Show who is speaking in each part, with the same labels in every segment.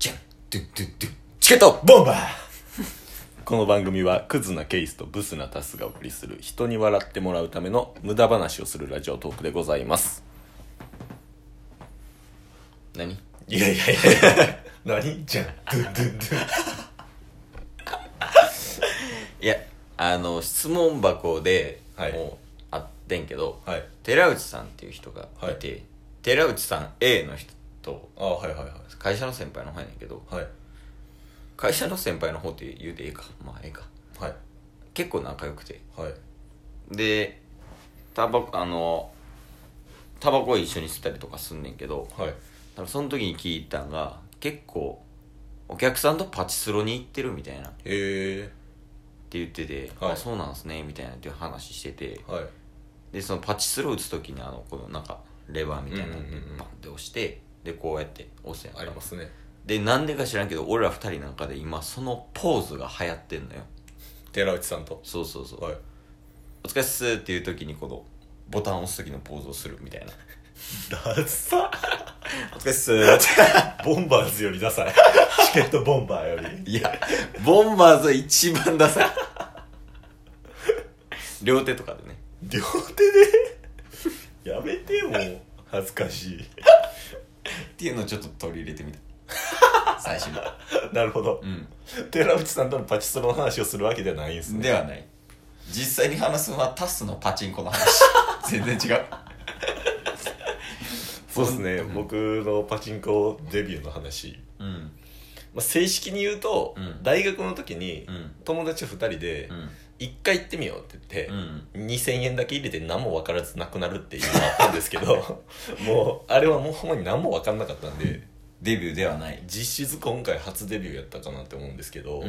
Speaker 1: ドゥドゥドゥチケットボンバー
Speaker 2: この番組はクズなケイスとブスなタスがお送りする人に笑ってもらうための無駄話をするラジオトークでございます
Speaker 1: 何
Speaker 2: いやいやいや
Speaker 1: 何じゃんドゥドゥドゥいやあの質問箱で
Speaker 2: はい
Speaker 1: もうあってんけど、
Speaker 2: はい
Speaker 1: 寺内さんっていう人がいて、寺内さん A の人と
Speaker 2: あはいはいは
Speaker 1: 会社の先輩の方やねんけど
Speaker 2: いはい
Speaker 1: 会社の先輩の方って言うてええかまあええか
Speaker 2: はい
Speaker 1: 結構仲良くて
Speaker 2: はい
Speaker 1: でタバコあのタバコ一緒に吸ったりとかすんねんけど
Speaker 2: はい
Speaker 1: 多分その時に聞いたんが結構お客さんとパチスロに行ってるみたいなっ
Speaker 2: へえ
Speaker 1: て言ってて、
Speaker 2: はい
Speaker 1: あそうなんすねみたいなっていう話してて
Speaker 2: はい
Speaker 1: でそのパチスロ打つ時にあのこのなんかレバーみたいなの
Speaker 2: うん
Speaker 1: で
Speaker 2: うんうんうん
Speaker 1: バンって押してでこうやって押すやんか
Speaker 2: ありますね
Speaker 1: でなんでか知らんけど俺ら二人なんかで今そのポーズが流行ってんのよ
Speaker 2: 寺内さんと
Speaker 1: そうそうそう、
Speaker 2: はい
Speaker 1: お疲れっすっていう時にこのボタンを押す時のポーズをするみたいな
Speaker 2: ダサ
Speaker 1: お疲れっすーって
Speaker 2: ボンバーズよりダサいチケットボンバーより
Speaker 1: いや、ボンバーズ一番ダサい。両手とかでね。
Speaker 2: 両手でやめてもう恥ずかしい
Speaker 1: っていうのをちょっと取り入れてみた。最初に。
Speaker 2: なるほど
Speaker 1: う
Speaker 2: 寺内さんとのパチスロの話をするわけではないんです
Speaker 1: ん。
Speaker 2: ね
Speaker 1: ではない。実際に話すのはタスのパチンコの話。全然違う。
Speaker 2: そうですね、
Speaker 1: うん
Speaker 2: 僕のパチンコデビューの話、
Speaker 1: うん。
Speaker 2: まあ、正式に言うと、
Speaker 1: うん
Speaker 2: 大学の時に
Speaker 1: うん。
Speaker 2: 友達2人で
Speaker 1: うん。
Speaker 2: 1回行ってみようって言って、
Speaker 1: うん。
Speaker 2: 2000円だけ入れて何も分からずなくなるっていうのがあったんです けどもうあれはもうほんまに何も分かんなかったんで
Speaker 1: デビューではない。
Speaker 2: 実質今回初デビューやったかなって思うんですけど、
Speaker 1: うん。う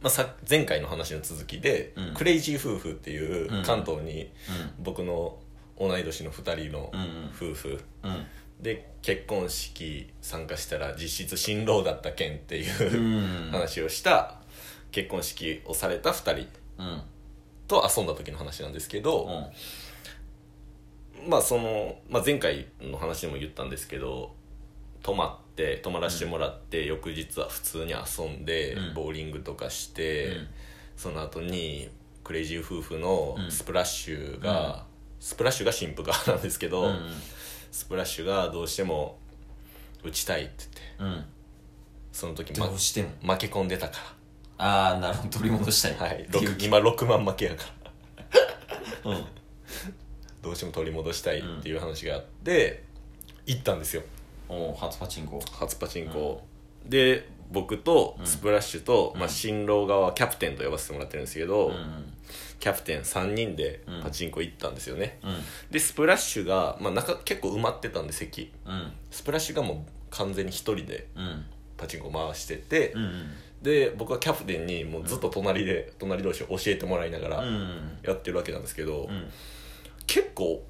Speaker 2: ま
Speaker 1: ん
Speaker 2: あ、さ前回の話の続きで、
Speaker 1: うん
Speaker 2: クレイジー夫婦っていう
Speaker 1: うん
Speaker 2: 関東に僕の同い年の2人の
Speaker 1: うん。うん。
Speaker 2: 夫婦、
Speaker 1: うん。
Speaker 2: で結婚式参加したら実質新郎だった件って
Speaker 1: う
Speaker 2: いう、
Speaker 1: ん。
Speaker 2: 話をした結婚式をされた2
Speaker 1: う
Speaker 2: 人
Speaker 1: ん。
Speaker 2: と遊んだ時の話なんですけ
Speaker 1: う
Speaker 2: ど、
Speaker 1: ん。
Speaker 2: まあその、まあ、前回の話でも言ったんですけど泊まって泊まらせてもらって、翌日は普通に遊んで、
Speaker 1: うん
Speaker 2: ボーリングとかして、
Speaker 1: うん
Speaker 2: その後にクレイジー夫婦の
Speaker 1: うん
Speaker 2: スプラッシュが、スプラッシュが新婦側なんですけど、
Speaker 1: うん。
Speaker 2: スプラッシュがどうしても打ちたいって言っ
Speaker 1: う
Speaker 2: て。
Speaker 1: ん。
Speaker 2: その時、ま
Speaker 1: どう、しても。
Speaker 2: 負け込んでたか
Speaker 1: ああ、なるほど。取り戻したい。
Speaker 2: ら、はい、
Speaker 1: ってい
Speaker 2: 六
Speaker 1: う気
Speaker 2: 今6万負けやから
Speaker 1: うん。
Speaker 2: どうしても取り戻したいっていう話があって、行ったんですよ
Speaker 1: おー初パチンコ。
Speaker 2: 初パチンコ、で僕とスプラッシュと、
Speaker 1: うん
Speaker 2: まあ、新郎側キャプテンと呼ばせてもらってるんですけど、
Speaker 1: うん。
Speaker 2: キャプテン3人で
Speaker 1: うん
Speaker 2: パチンコ行ったんですよね、
Speaker 1: うん。
Speaker 2: でスプラッシュが、まあ、中結構埋まってたんで席
Speaker 1: うん。
Speaker 2: スプラッシュがもう完全に1人で
Speaker 1: うん。
Speaker 2: パチンコ回してて、
Speaker 1: うんうん
Speaker 2: で僕はキャプテンにもうずっと隣で、隣同士教えてもらいなが
Speaker 1: う
Speaker 2: ら
Speaker 1: ん
Speaker 2: やってるわけなんですけど、
Speaker 1: うんうん
Speaker 2: 結構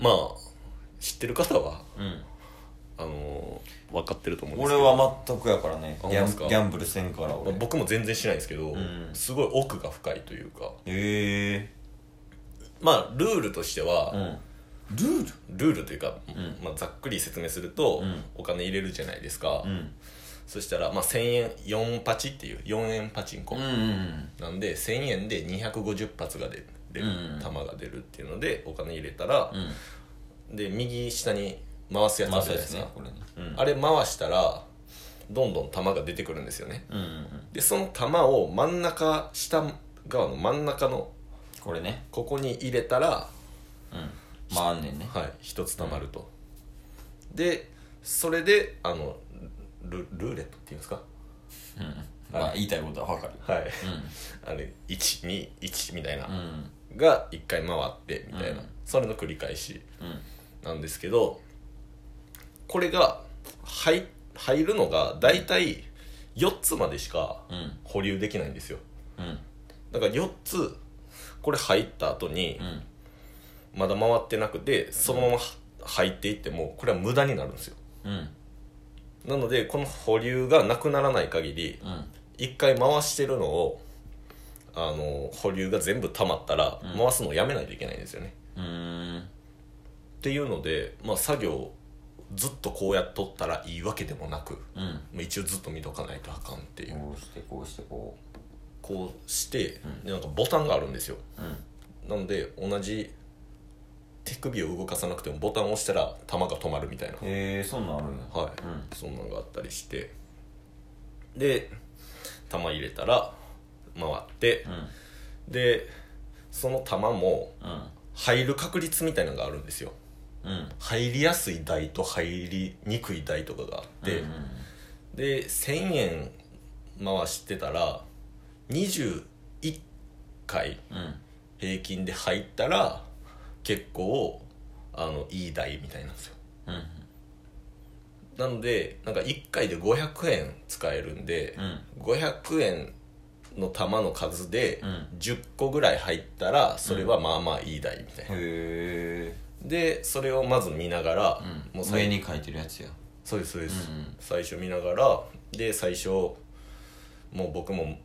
Speaker 2: まあ知ってる方は
Speaker 1: うん
Speaker 2: あのー分かってると思うんです
Speaker 1: 俺
Speaker 2: けど
Speaker 1: は全くやからねギ
Speaker 2: あほんま
Speaker 1: ャ
Speaker 2: っ
Speaker 1: ン
Speaker 2: すか
Speaker 1: ギャンブルせんから
Speaker 2: まあ
Speaker 1: 俺
Speaker 2: 僕も全然しないんですけ
Speaker 1: う
Speaker 2: ど、
Speaker 1: ん
Speaker 2: すごい奥が深いというか
Speaker 1: へえ
Speaker 2: まあルールとして
Speaker 1: う
Speaker 2: は、
Speaker 1: んルール
Speaker 2: ルールというか、
Speaker 1: ん
Speaker 2: まあ、ざっくり説明すると、
Speaker 1: うん
Speaker 2: お金入れるじゃないですか、
Speaker 1: うん
Speaker 2: そしたら、まあ、1000円4パチっていう4円パチンコ、
Speaker 1: うんうん
Speaker 2: なんで1000円で250発が出る出る
Speaker 1: うん
Speaker 2: 弾が出るっていうのでお金入れたら
Speaker 1: う、ん
Speaker 2: で右下に回すやつあ
Speaker 1: まあ
Speaker 2: る
Speaker 1: そうで
Speaker 2: じゃないですすか、
Speaker 1: ねこれねうん
Speaker 2: あれ回したらどんどん弾が出てくるんですよね
Speaker 1: うんうんうん
Speaker 2: でその弾を真ん中下側の真ん中の
Speaker 1: これね
Speaker 2: ここに入れたら
Speaker 1: うんまああんねんね
Speaker 2: はい一つ溜まると、でそれであのルルーレットっていうんですか
Speaker 1: うんまあ言いたいことはわかる
Speaker 2: はい
Speaker 1: う
Speaker 2: あれ121みたいな、
Speaker 1: んうん
Speaker 2: が1回回ってみたいな、
Speaker 1: うん
Speaker 2: それの繰り返し
Speaker 1: うん
Speaker 2: なんですけどこれが入入るのが大体4つまでしか
Speaker 1: うん
Speaker 2: 保留できないんですよ
Speaker 1: うん
Speaker 2: だから4つこれ入った後に
Speaker 1: うん
Speaker 2: まだ回ってなくてそのまま入っていってもこれは無駄になるんですよ
Speaker 1: うん
Speaker 2: なのでこの保留がなくならない限り
Speaker 1: うん
Speaker 2: 1回回してるのをあの保留が全部溜まったら
Speaker 1: うん
Speaker 2: 回すのをやめないといけないんですよね、
Speaker 1: うーん
Speaker 2: っていうので、まあ、作業ずっとこうやっとったらいいわけでもなく、
Speaker 1: うんうん
Speaker 2: まあ一応ずっと見とかないとあかんっていう、
Speaker 1: こうしてこうしてこ
Speaker 2: こうして、
Speaker 1: うん
Speaker 2: でなんかボタンがあるんですよ
Speaker 1: ううん
Speaker 2: なので同じ手首を動かさなくてもボタンを押したら球が止まるみたいな
Speaker 1: へえそんなんあるんや
Speaker 2: はい、
Speaker 1: うん
Speaker 2: そんなのがあったりしてで球入れたら回って
Speaker 1: うん
Speaker 2: でその球も
Speaker 1: うん
Speaker 2: 入る確率みたいなのがあるんですよ
Speaker 1: うん
Speaker 2: 入りやすい台と入りにくい台とかがあって、
Speaker 1: うん
Speaker 2: で1000円回してたら21回
Speaker 1: うん
Speaker 2: 平均で入ったら結構あのいい台みたいなんですよ
Speaker 1: うん
Speaker 2: なのでなんか1回で500円使えるんで
Speaker 1: う、ん
Speaker 2: 500円の玉の数で
Speaker 1: うん
Speaker 2: 10個ぐらい入ったらそれはまあまあいい台みたいな、
Speaker 1: へ
Speaker 2: でそれをまず見ながら
Speaker 1: え、うん
Speaker 2: もう
Speaker 1: 上
Speaker 2: 最
Speaker 1: に書いてるやつや
Speaker 2: そうですそうです、
Speaker 1: うんうん
Speaker 2: 最初見ながらで最初もう僕も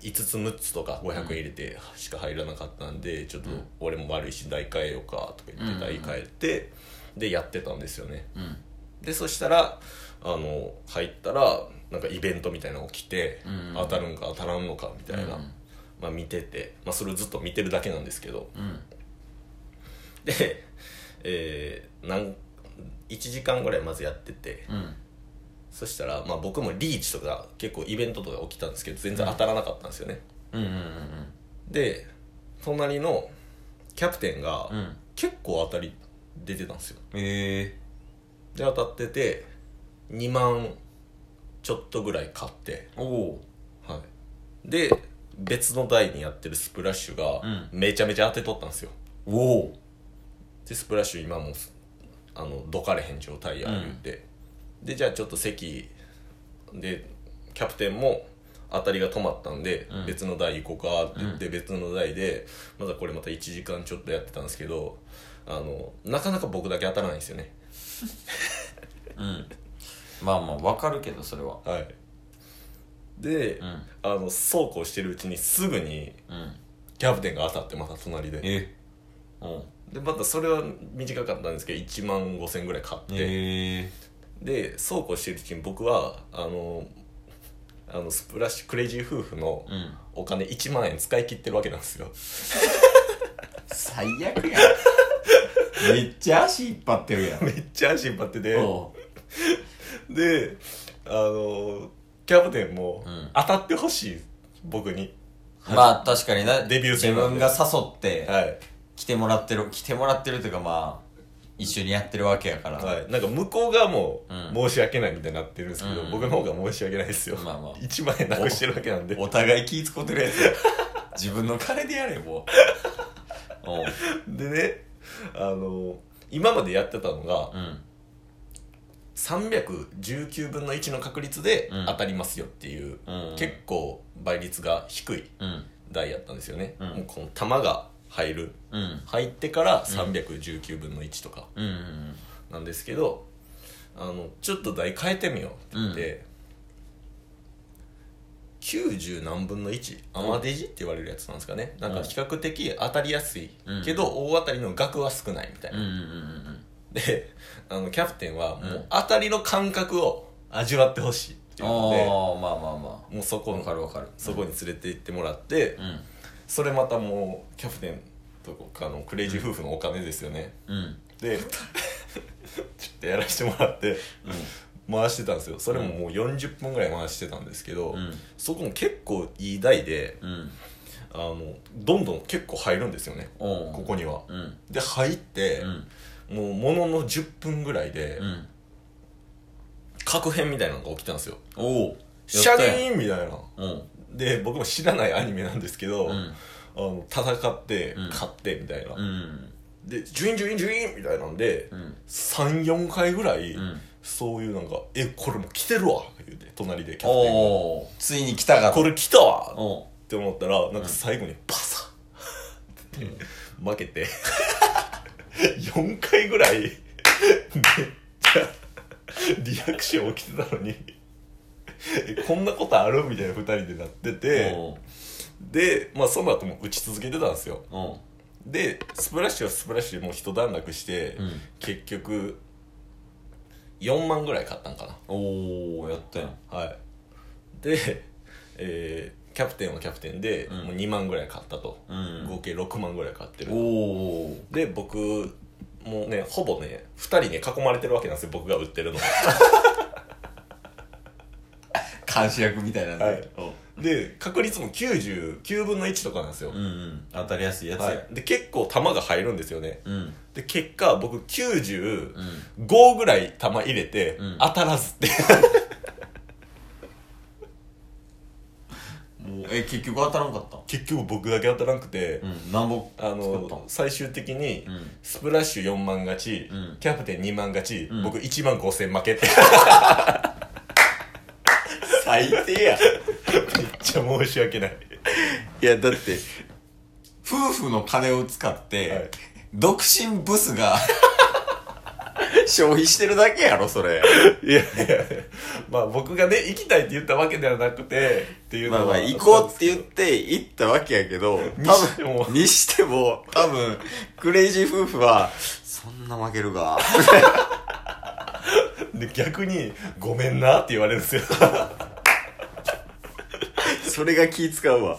Speaker 2: 5つ6つとか500円入れてしか入らなかったんで、ちょっと俺も悪いし台変えようかとか言って台変えて、でやってたんですよね
Speaker 1: うん
Speaker 2: でそしたらあの入ったらなんかイベントみたいなの起きて、
Speaker 1: うん
Speaker 2: 当たるんか当たらんのかみたいな、
Speaker 1: うん
Speaker 2: まあ、見てて、まあ、それをずっと見てるだけなんですけど
Speaker 1: うん
Speaker 2: で、えー、なん1時間ぐらいまずやってて、
Speaker 1: うん
Speaker 2: そしたら、まあ、僕もリーチとか結構イベントとか起きたんですけど全然当たらなかったんですよね、
Speaker 1: うんうん
Speaker 2: で隣のキャプテンが
Speaker 1: うんうん
Speaker 2: 結構当たり出てたんですよ
Speaker 1: へえ
Speaker 2: で当たってて2万ちょっとぐらい買って、
Speaker 1: おお
Speaker 2: はい、で別の台にやってるスプラッシュが
Speaker 1: うん
Speaker 2: めちゃめちゃ当てとったんですよ
Speaker 1: おお
Speaker 2: でスプラッシュ今もうあのどかれへん状態や
Speaker 1: うん
Speaker 2: 言うて、でじゃあちょっと席でキャプテンも当たりが止まったんで、
Speaker 1: うん
Speaker 2: 別の台行こうかって言って、別の台でまだこれまた1時間ちょっとやってたんですけどあのなかなか僕だけ当たらないんですよね
Speaker 1: うんまあまあわかるけどそれは
Speaker 2: はいで、
Speaker 1: うん
Speaker 2: あのそうこうしてるうちにすぐに
Speaker 1: うん
Speaker 2: キャプテンが当たってまた隣で
Speaker 1: えお
Speaker 2: でまたそれは短かったんですけど1万5000ぐらい買って、
Speaker 1: へえ
Speaker 2: でそうこうしてるうちに僕はあのあのスプラッシュクレイジー夫婦の
Speaker 1: うん
Speaker 2: お金1万円使い切ってるわけなんですよ
Speaker 1: 最悪 やめっちゃ足引っ張ってるやん
Speaker 2: めっちゃ足引っ張ってて
Speaker 1: お
Speaker 2: であのキャプテンも
Speaker 1: うん
Speaker 2: 当たってほしい僕に
Speaker 1: うまあ確かにな
Speaker 2: デビュー
Speaker 1: 自
Speaker 2: 戦なん
Speaker 1: 分
Speaker 2: で
Speaker 1: が誘って
Speaker 2: はい、
Speaker 1: 来てもらってる来てもらってるというかまあ一緒にやってるわけやから、
Speaker 2: はい、なんか向こうがも
Speaker 1: うん
Speaker 2: う申し訳ないみたいになってるんですけど、
Speaker 1: うん
Speaker 2: 僕の方が申し訳ないですよ、
Speaker 1: まあまあ
Speaker 2: 1万円なくしてるわけなんで
Speaker 1: お互い気ぃ使ってるやつ や自分の金でやれも うおう
Speaker 2: でねあの今までやってたのが
Speaker 1: うん
Speaker 2: 319分の1の確率で
Speaker 1: うん
Speaker 2: 当たりますよっていう、
Speaker 1: うん
Speaker 2: 結構倍率が低い
Speaker 1: うん
Speaker 2: 台やったんですよね、
Speaker 1: うん
Speaker 2: もうこの玉が入る
Speaker 1: うん
Speaker 2: 入ってから319分の1とか
Speaker 1: うんうん
Speaker 2: なんですけど、あのちょっと台変えてみようって言って、90何分の1アマデジって言われるやつなんですかねなんか比較的当たりやすい
Speaker 1: うん
Speaker 2: けど大当たりの額は少ないみたいな
Speaker 1: うんうんうん
Speaker 2: であのキャプテンはもう当たりの感覚を味わってほしいって
Speaker 1: うん
Speaker 2: いうので
Speaker 1: ああまあまあま
Speaker 2: もうそこ
Speaker 1: あわかる
Speaker 2: の
Speaker 1: わかる
Speaker 2: そこに連れて行ってもらって、
Speaker 1: うん
Speaker 2: それまたもうキャプテンとかあのクレイジー夫婦のお金ですよね
Speaker 1: うん
Speaker 2: で ちょっとやらせてもらって回してたんですよそれももう40分ぐらい回してたんですけど、
Speaker 1: うん
Speaker 2: そこも結構いい台で
Speaker 1: うん
Speaker 2: あのどんどん結構入るんですよね
Speaker 1: おう
Speaker 2: ここには。
Speaker 1: うん
Speaker 2: で入って
Speaker 1: う、ん
Speaker 2: もうものの10分ぐらいで。
Speaker 1: うん
Speaker 2: 確変みたいなのが起きたんですよ
Speaker 1: おう
Speaker 2: シャリ
Speaker 1: ン
Speaker 2: ーンみたいな
Speaker 1: うん
Speaker 2: で僕も知らないアニメなんですけど、
Speaker 1: うん
Speaker 2: あの戦って、
Speaker 1: うん
Speaker 2: 勝ってみたいな、
Speaker 1: うん
Speaker 2: でジュインジュインジュインみたいなんで、
Speaker 1: うん
Speaker 2: 34回ぐらい、
Speaker 1: うん
Speaker 2: そういうなんか「えこれもう来てるわ」言うて隣でキャプテンが
Speaker 1: おおついに来たか
Speaker 2: 「これ来たわ!」っ
Speaker 1: おう
Speaker 2: て思ったらなんか最後にパサッって負けて 4回ぐらいめっちゃリアクション起きてたのにえこんなことあるみたいな2人でなってて
Speaker 1: おう
Speaker 2: で、まあ、その後も打ち続けてたんですよ
Speaker 1: おう
Speaker 2: でスプラッシュはスプラッシュでもう一段落して、
Speaker 1: うん
Speaker 2: 結局4万ぐらい買ったんかな
Speaker 1: おおやったやん
Speaker 2: はい、で、えーキャプテンはキャプテンで、
Speaker 1: うん
Speaker 2: もう2万ぐらい買ったと、
Speaker 1: うん
Speaker 2: 合計6万ぐらい買って
Speaker 1: お
Speaker 2: る
Speaker 1: お
Speaker 2: で僕もうねほぼね2人ね囲まれてるわけなんですよ僕が売っ てるの
Speaker 1: 監視役みたいなんで、
Speaker 2: はいで確率も99分の1とかなんですよ、
Speaker 1: うんうん当たりやすいやつや、
Speaker 2: はい、で結構球が入るんですよね
Speaker 1: うん
Speaker 2: で結果僕95
Speaker 1: うん
Speaker 2: ぐらい球入れて、
Speaker 1: うん
Speaker 2: 当たらずって
Speaker 1: もうえ結局当たらんかった
Speaker 2: 結局僕だけ当たらなくて、
Speaker 1: うんなんぼ
Speaker 2: あ
Speaker 1: 作った
Speaker 2: の
Speaker 1: ん
Speaker 2: 最終的に、
Speaker 1: うん
Speaker 2: スプラッシュ4万勝ち、
Speaker 1: うん
Speaker 2: キャプテン2万勝ち、
Speaker 1: うん
Speaker 2: 僕1万5千負けて
Speaker 1: 最低や
Speaker 2: めっちゃ申し訳ない
Speaker 1: いやだって夫婦の金を使って、
Speaker 2: はい
Speaker 1: 独身ブスが 消費してるだけやろそれ
Speaker 2: いやいやまあ僕がね行きたいって言ったわけではなくてっていう
Speaker 1: まあ
Speaker 2: の
Speaker 1: ま
Speaker 2: は
Speaker 1: あ行こうって言って行ったわけやけど
Speaker 2: に
Speaker 1: 多
Speaker 2: しても
Speaker 1: 分にしても多分クレイジー夫婦はそんな負けるか
Speaker 2: で逆に「ごめんな」って言われるんですよ
Speaker 1: それが気使うわ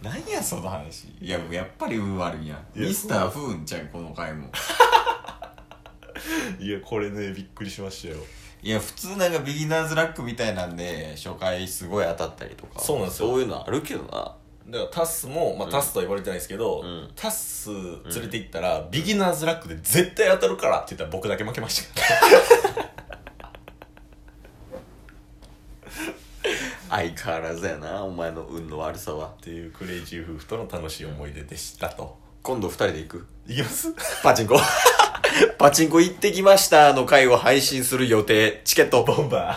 Speaker 1: 何やその話いやもうやっぱり運悪いやん
Speaker 2: いや
Speaker 1: ミスターフーンちゃんこの回も
Speaker 2: いやこれねびっくりしましたよ
Speaker 1: いや普通なんかビギナーズラックみたいなんで初回すごい当たったりとか
Speaker 2: そうなんですよ
Speaker 1: そういうのあるけどな
Speaker 2: だからタスも、まあ、タスとは言われてないですけど、
Speaker 1: うん
Speaker 2: タス連れて行ったら、ビギナーズラックで絶対当たるからって言ったら僕だけ負けましたから
Speaker 1: 相変わらずやなお前の運の悪さは
Speaker 2: っていうクレイジー夫婦との楽しい思い出でしたと
Speaker 1: 今度二人で行く
Speaker 2: いきます
Speaker 1: パチンコ パチンコ行ってきましたの回を配信する予定チケット
Speaker 2: ボンバー